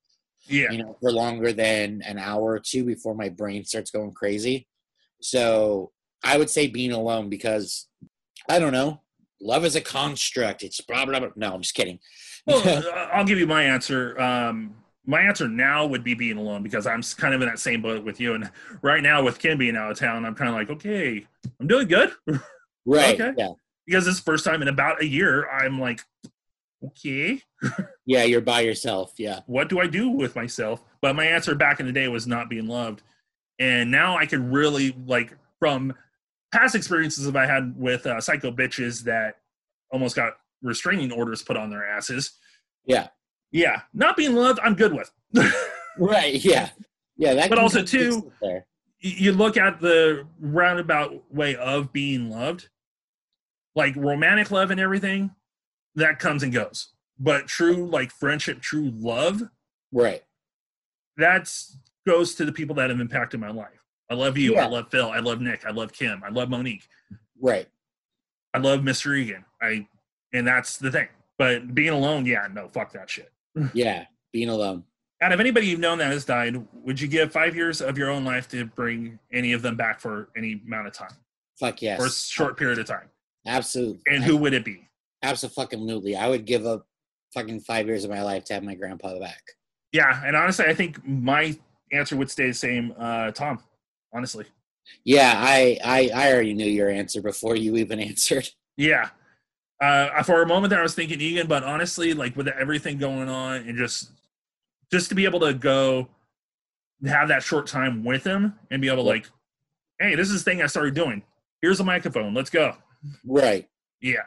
B: Yeah,
A: you know, for longer than an hour or two before my brain starts going crazy. So I would say being alone because I don't know. Love is a construct. It's blah blah blah. No, I'm just kidding. (laughs)
B: Well, uh, I'll give you my answer. Um, my answer now would be being alone because I'm s- kind of in that same boat with you. And right now, with Kim being out of town, I'm kind of like, okay, I'm doing good
A: right.
B: okay.
A: Yeah.
B: because this is the first time in about a year, I'm like, okay,
A: Yeah, you're by yourself. Yeah.
B: what do I do with myself? But my answer back in the day was not being loved. And now I could really, like, from past experiences that I had with uh, psycho bitches that almost got restraining orders put on their asses.
A: Yeah.
B: Yeah. Not being loved, I'm good with. (laughs) Y-
A: Right. (laughs) Yeah. Yeah. That
B: But
A: can
B: also,
A: be fixed
B: too-
A: there.
B: you look at the roundabout way of being loved, like romantic love and everything, that comes and goes. But true, like, friendship, true love,
A: Right.
B: that's goes to the people that have impacted my life. I love you.
A: Yeah.
B: I love Phil. I love Nick. I love Kim. I love Monique. (laughs)
A: Right.
B: I love Mr. Egan. I and that's the thing. But being alone, yeah, no, fuck that shit.
A: Yeah. Being alone.
B: Out of anybody you've known that has died, would you give five years of your own life to bring any of them back for any amount of time?
A: Fuck yes.
B: for a short period of time.
A: Absolutely.
B: And who would it be?
A: Absolutely. I would give up fucking five years of my life to have my grandpa back.
B: Yeah, and honestly, I think my answer would stay the same. Uh, Tom, honestly,
A: Yeah, I, I, I already knew your answer before you even (laughs) answered.
B: yeah. Uh, for a moment there, I was thinking Egan, but honestly, like with everything going on, and just just to be able to go have that short time with him and be able to like, hey, this is the thing I started doing. Here's a microphone. Let's go.
A: Right.
B: Yeah.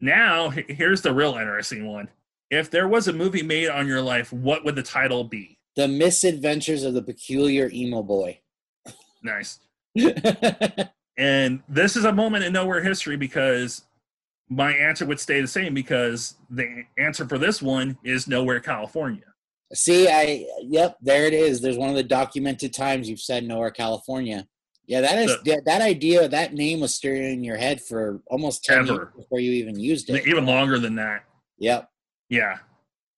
B: Now, he- here's the real interesting one. If there was a movie made on your life, what would the title be?
A: The misadventures of the peculiar emo boy. (laughs)
B: Nice. And this is a moment in nowhere history because my answer would stay the same because the answer for this one is nowhere, California.
A: See, I yep, there it is. There's one of the documented times you've said nowhere California. Yeah, that is
B: So-
A: yeah, that idea, that name was stirring in your head for almost ten
B: Ever.
A: years before you even used it.
B: Even longer than that.
A: Yep.
B: Yeah.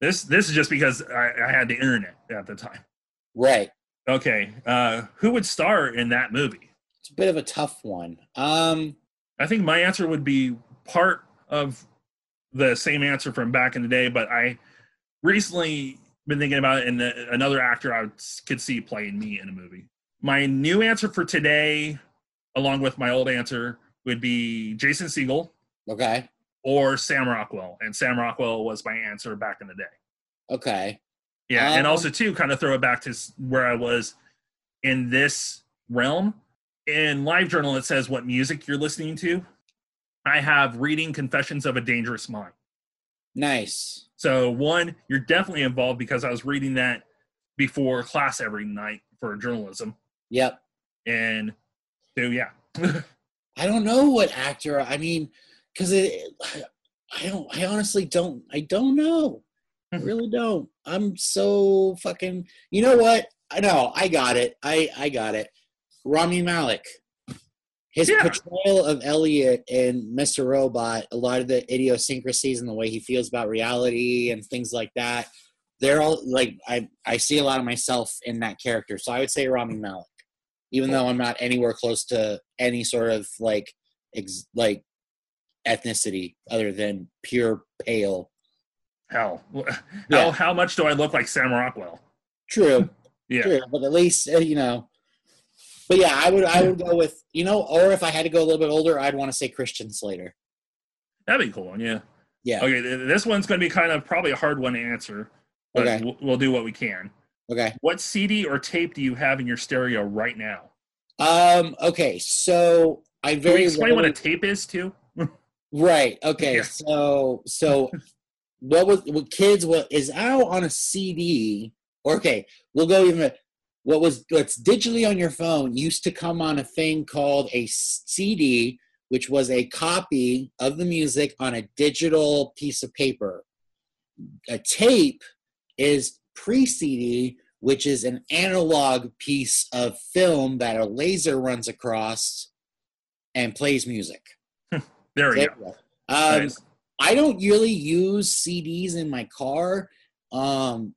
B: This this is just because I, I had the internet at the time.
A: Right.
B: Okay. Uh, who would star in that movie?
A: It's a bit of a tough one. Um
B: I think my answer would be part of the same answer from back in the day, but I recently been thinking about it, and uh, another actor I would s- could see playing me in a movie. My new answer for today, along with my old answer, would be Jason Siegel
A: okay.
B: or Sam Rockwell, and Sam Rockwell was my answer back in the day.
A: Okay.
B: Yeah, and
A: Um,
B: also too, kind of throw it back to s- where I was in this realm. In Live Journal, it says what music you're listening to. I have reading Confessions of a Dangerous Mind.
A: Nice.
B: So one, you're definitely involved because I was reading that before class every night for journalism,
A: Yep.
B: and so yeah,
A: I don't know what actor I mean, because it I don't I honestly don't I don't know. I really don't. I'm so fucking you know what? I know, I got it. I I got it. Rami Malik. His
B: Yeah.
A: portrayal of Elliot and Mr. Robot, a lot of the idiosyncrasies and the way he feels about reality and things like that, they're all like I I see a lot of myself in that character. So I would say Rami Malik even though I'm not anywhere close to any sort of like ex- like ethnicity other than pure pale.
B: hell, (laughs) how
A: Yeah.
B: how much do I look like Sam Rockwell?
A: True,
B: Yeah,
A: true, but at least uh, you know. But yeah, I would I would go with you know, or if I had to go a little bit older, I'd want to say Christian Slater.
B: that'd be a cool. One, yeah.
A: Yeah.
B: Okay, th- this one's going to be kind of probably a hard one to answer, but
A: Okay.
B: we'll, we'll do what we can.
A: Okay.
B: What CD or tape do you have in your stereo right now?
A: Um. Okay. So I
B: Can
A: very
B: we explain what a
A: rarely-
B: tape is too?
A: Right. Okay.
B: Yeah.
A: So so what was what kids what is out on a CD? Or okay, we'll go even what was what's digitally on your phone used to come on a thing called a CD, which was a copy of the music on a digital piece of paper. A tape is pre-CD, which is an analog piece of film that a laser runs across and plays music.
B: There we
A: There
B: go.
A: you go. Um,
B: Nice.
A: I don't really use CDs in my car um,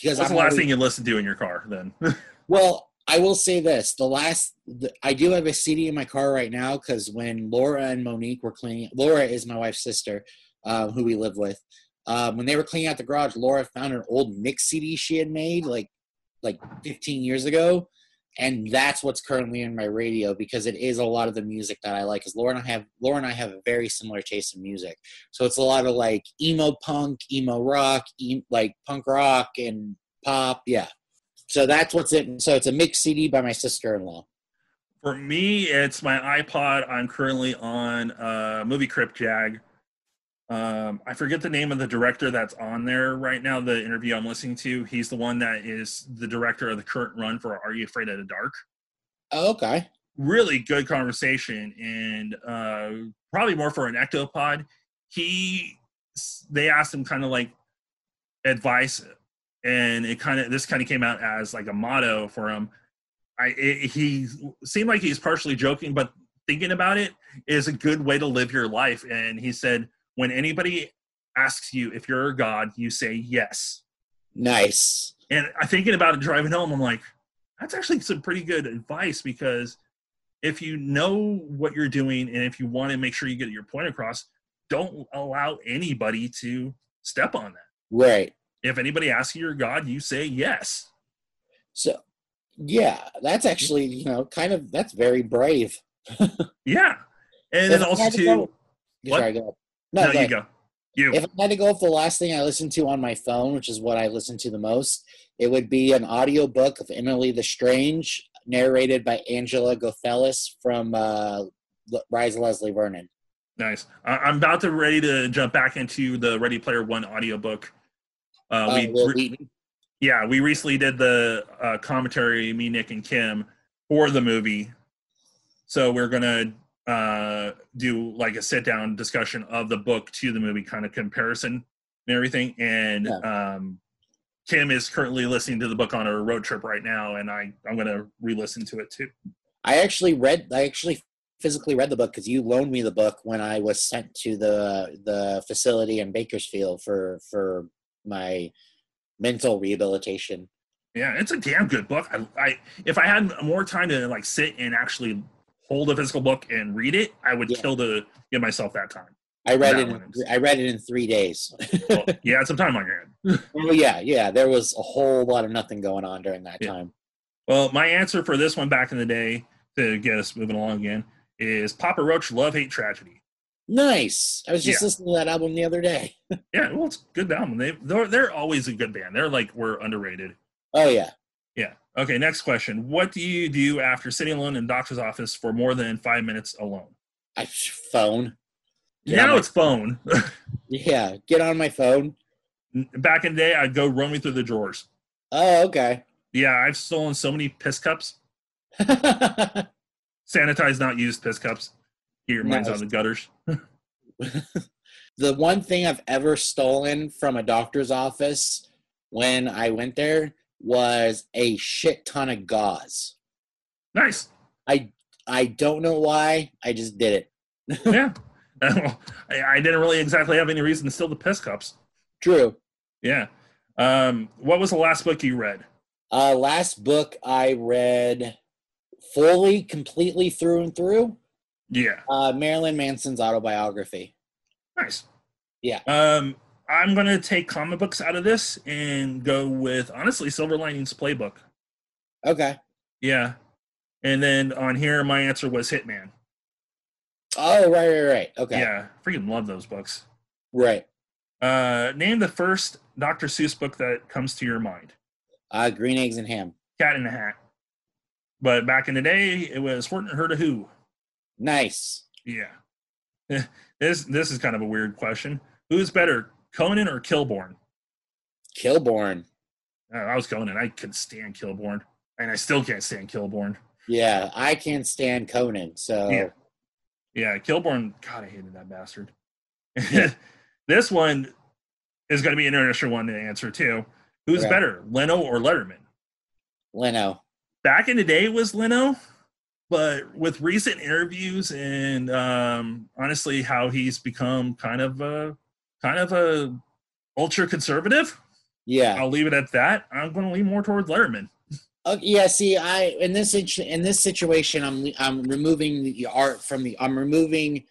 A: because
B: What's
A: I'm
B: the last
A: always-
B: thing you listen to in your car then? (laughs)
A: well, I will say this: the last the, I do have a CD in my car right now because when Laura and Monique were cleaning, Laura is my wife's sister, uh, who we live with. Um, when they were cleaning out the garage, Laura found an old mix CD she had made like like 15 years ago, and that's what's currently in my radio because it is a lot of the music that I like. Because Laura and I have Laura and I have a very similar taste in music, so it's a lot of like emo punk, emo rock, e- like punk rock and pop, yeah. So that's what's it. So it's a mixed CD by my sister-in-law.
B: For me, it's my iPod. I'm currently on uh, movie Crip Jag. Um, I forget the name of the director that's on there right now. The interview I'm listening to, he's the one that is the director of the current run for Are You Afraid of the Dark?
A: Oh, okay.
B: really good conversation and uh, probably more for an ectopod he they asked him kind of like advice and it kind of this kind of came out as like a motto for him i it, he seemed like he's partially joking but thinking about it is a good way to live your life and he said when anybody asks you if you're a god you say yes
A: Nice.
B: and I thinking about it driving home, I'm like, that's actually some pretty good advice because if you know what you're doing and if you want to make sure you get your point across, don't allow anybody to step on that.
A: Right.
B: If anybody asks you your God, you say yes.
A: So, yeah, that's actually you know kind of that's very brave.
B: Yeah. And then
A: If I
B: also
A: had to
B: too
A: go-
B: What?
A: Sorry, go ahead.
B: No,
A: go
B: you
A: ahead.
B: go. You.
A: If I had to go with the last thing I listened to on my phone, which is what I listen to the most, it would be an audiobook of Emily the Strange, narrated by Angela Gothelis from uh, Le- Rise of Leslie Vernon.
B: Nice. I, I'm about to ready to jump back into the Ready Player One audiobook. Uh,
A: Uh,
B: we,
A: Will
B: re-
A: Wheaton.
B: yeah, we recently did the uh, commentary, me, Nick, and Kim for the movie. So we're gonna uh, do like a sit down discussion of the book to the movie, kind of comparison and everything. And um, Kim is currently listening to the book on a road trip right now, and I I'm gonna re-listen to it too.
A: I actually read. I actually physically read the book because you loaned me the book when I was sent to the the facility in Bakersfield for for my mental rehabilitation.
B: Yeah, it's a damn good book. I, I if I had more time to like sit and actually hold a physical book and read it, I would
A: Yeah.
B: kill to give myself that time.
A: I read
B: That
A: it.
B: one
A: In,
B: is-
A: I read it in three days.
B: Well, (laughs) yeah, it's some time on your hand.
A: Oh yeah, yeah. There was a whole lot of nothing going on during that
B: Yeah.
A: time.
B: Well, my answer for this one back in the day to get us moving along again is Papa Roach Love Hate Tragedy.
A: Nice. I was just
B: Yeah.
A: listening to that album the other day.
B: Yeah, well, it's a good album. They they're, they're always a good band. They're like we're underrated.
A: Oh yeah.
B: Yeah. Okay. Next question: What do you do after sitting alone in doctor's office for more than five minutes alone?
A: I phone. Get on
B: now
A: my-
B: it's phone.
A: (laughs)
B: (laughs)
A: Yeah. Get on my phone.
B: back in the day, I'd go roaming through the drawers.
A: Oh okay. (laughs)
B: Yeah, I've stolen so many piss cups. Sanitized, not used piss cups. Get your minds
A: Nice.
B: on the gutters.
A: the one thing I've ever stolen from a doctor's office when I went there was a shit ton of gauze.
B: Nice.
A: I I don't know why. I just did it.
B: Yeah. (laughs) I, I didn't really exactly have any reason to steal the piss cups.
A: True.
B: Yeah. Um, what was the last book you read?
A: Uh, last book I read fully, completely through and through.
B: Yeah.
A: Uh, Marilyn Manson's autobiography.
B: Nice.
A: Yeah.
B: Um, I'm gonna take comic books out of this and go with honestly Silver Linings Playbook.
A: Okay.
B: Yeah. And then on here, my answer was Hitman.
A: Oh, right, right, right. Okay.
B: Yeah. Freaking love those books.
A: Right.
B: Uh, name the first Dr. Seuss book that comes to your mind.
A: Uh, green eggs and ham.
B: Cat in the Hat. But back in the day, it was Horton Heard a Who.
A: Nice.
B: Yeah. (laughs) this this is kind of a weird question. Who's better, Conan or Kilborn?
A: Kilborn.
B: Uh, I was Conan. I could stand Kilborn, and I still can't stand Kilborn.
A: Yeah, I can't stand Conan. So
B: Yeah. Yeah, Kilborn. God, I hated that bastard. (laughs) this one is going to be an interesting one to answer too. Who's
A: Okay.
B: better, Leno or Letterman?
A: Leno.
B: back in the day it was Leno, but with recent interviews and um, honestly how he's become kind of a kind of a ultra conservative,
A: Yeah.
B: I'll leave it at that. I'm going to lean more towards Letterman.
A: Uh, yeah, see, I in this situ- in this situation, I'm I'm removing the art from the I'm removing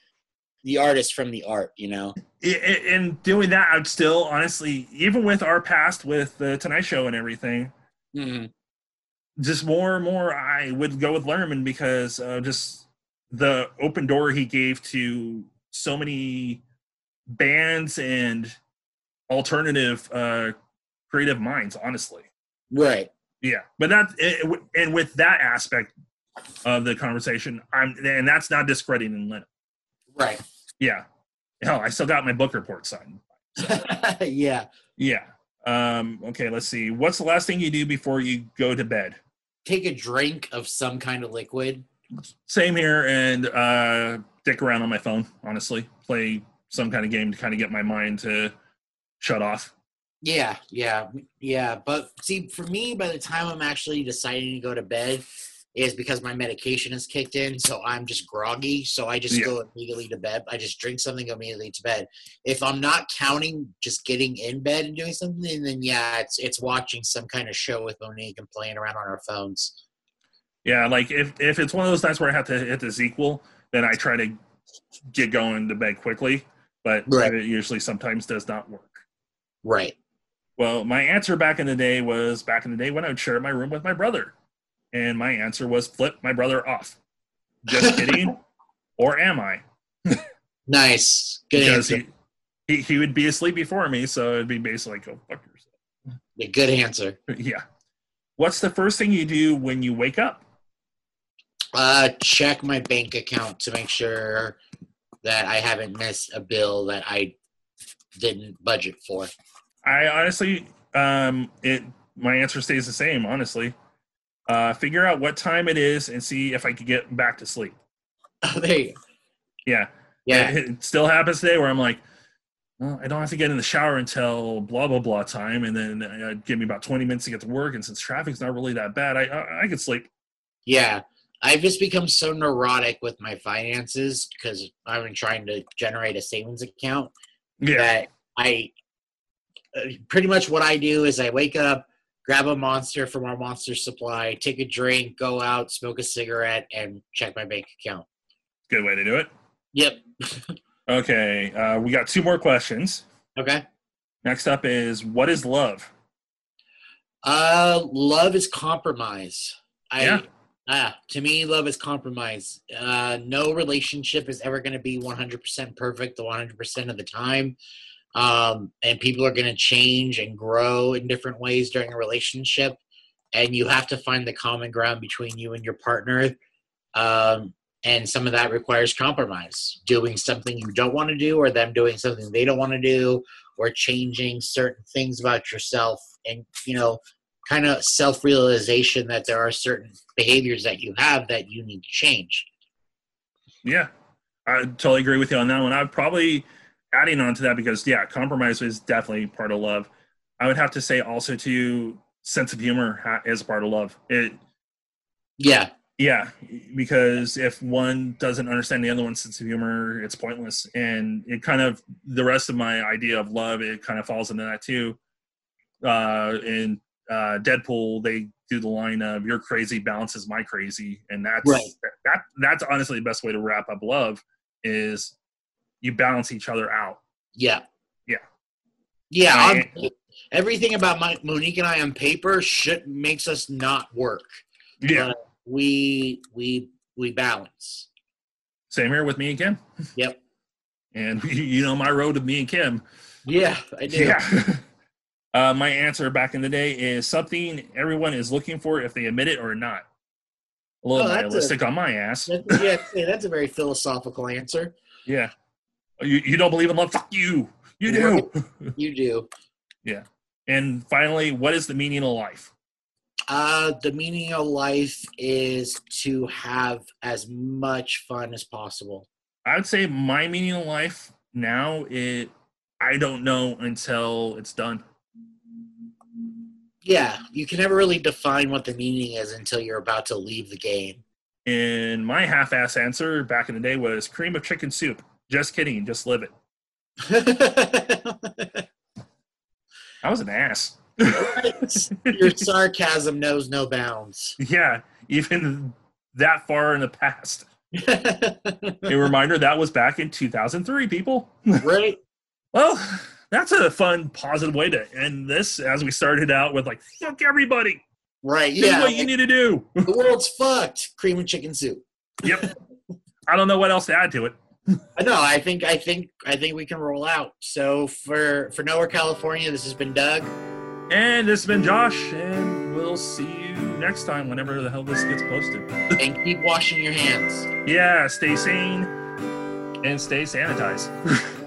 A: the artist from the art. You know,
B: I- I- In doing that, I'd still honestly, even with our past with the Tonight Show and everything,
A: Mm-hmm.
B: just more and more I would go with Letterman because uh, just the open door he gave to so many bands and alternative uh, creative minds. Honestly,
A: right?
B: yeah. But that it- it- and with that aspect of the conversation, I'm and that's not discrediting Lennon.
A: Right.
B: Yeah, hell, I still got my book report signed.
A: (laughs) yeah.
B: Yeah. Um, okay, let's see. What's the last thing you do before you go to bed?
A: Take a drink of some kind of liquid.
B: same here and uh dick around on my phone honestly play some kind of game to kind of get my mind to shut off
A: Yeah, yeah, yeah. But see, for me, by the time I'm actually deciding to go to bed, is because my medication has kicked in, so I'm just groggy. So I just
B: Yeah.
A: go immediately to bed. I just drink something immediately to bed. If I'm not counting just getting in bed and doing something, then yeah, it's it's watching some kind of show with Monique and playing around on our phones.
B: Yeah, like if if it's one of those nights where I have to hit the sequel, then I try to get going to bed quickly. But
A: Right.
B: it usually sometimes does not work.
A: Right.
B: Well, my answer back in the day was back in the day when I would share my room with my brother. And my answer was flip my brother off.
A: (laughs)
B: Just kidding. Or am I?
A: Nice. Good
B: Because
A: answer.
B: he, he he would be asleep before me, so it'd be basically go fuck yourself.
A: Yeah, Good answer.
B: Yeah. What's the first thing you do when you wake up?
A: Uh, check my bank account to make sure that I haven't missed a bill that I didn't budget for. (laughs)
B: I honestly, um, it my answer stays the same. Honestly, uh, figure out what time it is and see if I could get back to sleep.
A: Oh, there you go.
B: Yeah,
A: Yeah.
B: It, it still happens today where I'm like, well, I don't have to get in the shower until blah blah blah time, and then uh, it'd give me about 20 minutes to get to work. And since traffic's not really that bad, I I, I could sleep.
A: Yeah. I've just become so neurotic with my finances because I've been trying to generate a savings account
B: Yeah,
A: that I uh, pretty much what I do is I wake up, grab a monster from our monster supply, take a drink, go out, smoke a cigarette, and check my bank account.
B: good way to do it.
A: Yep.
B: Okay, uh, we got two more questions.
A: Okay.
B: Next up is what is love?
A: Uh, love is compromise. I,
B: Yeah.
A: Ah, to me, love is compromise. Uh, no relationship is ever going to be 100% perfect the 100% of the time. Um, and people are going to change and grow in different ways during a relationship. And you have to find the common ground between you and your partner. Um, and some of that requires compromise doing something you don't want to do, or them doing something they don't want to do, or changing certain things about yourself. And, you know, kind of self realization that there are certain behaviors that you have that you need to change.
B: Yeah, I totally agree with you on that one. I'd probably adding on to that because yeah, compromise is definitely part of love. I would have to say also to sense of humor ha- is part of love. It
A: Yeah,
B: yeah, because if one doesn't understand the other one's sense of humor, it's pointless. And it kind of the rest of my idea of love it kind of falls into that too. Uh, in uh, Deadpool, they do the line of "Your crazy balances my crazy," and that's
A: Right.
B: that. That's honestly the best way to wrap up love is you balance each other out.
A: yeah,
B: Yeah.
A: yeah.
B: I-
A: I'm- everything about my, Monique and I on paper should makes us not work.
B: Yeah,
A: Right. We we we balance.
B: same here with me and Kim.
A: Yep.
B: And (laughs) you, you know my road with me and Kim.
A: Yeah, I do.
B: Yeah. uh, my answer back in the day is something everyone is looking for if they admit it or not. A little
A: Oh, that's a-
B: nihilistic on my ass.
A: That's, yeah, yeah, that's a very philosophical answer.
B: Yeah. Oh, You, you don't believe in love? Fuck you. You do.
A: You do.
B: and finally, what is the meaning of life?
A: Uh, the meaning of life is to have as much fun as possible.
B: I would say my meaning of life now it I don't know until it's done.
A: Yeah, you can never really define what the meaning is until you're about to leave
B: (laughs)
A: the game.
B: And my half ass answer back in the day was cream of chicken soup. Just kidding, just live it. I was an ass. (laughs)
A: Your sarcasm knows no
B: (laughs)
A: bounds.
B: Yeah, even that far in the past. A reminder that was back in 2003, people.
A: right?
B: Well, that's a fun, positive way to end this as we started out with, like, fuck everybody.
A: Right.
B: Do
A: Yeah.
B: what you need to do. (laughs)
A: the world's fucked. Cream and chicken soup.
B: yep. I don't know what else to add to it.
A: I know. Uh, I think I think I think we can roll out. So for for Nowhere California, this has been Doug.
B: And this has been Josh, and we'll see you next time whenever the hell this gets posted.
A: And keep washing your hands.
B: Yeah, stay sane and stay sanitized.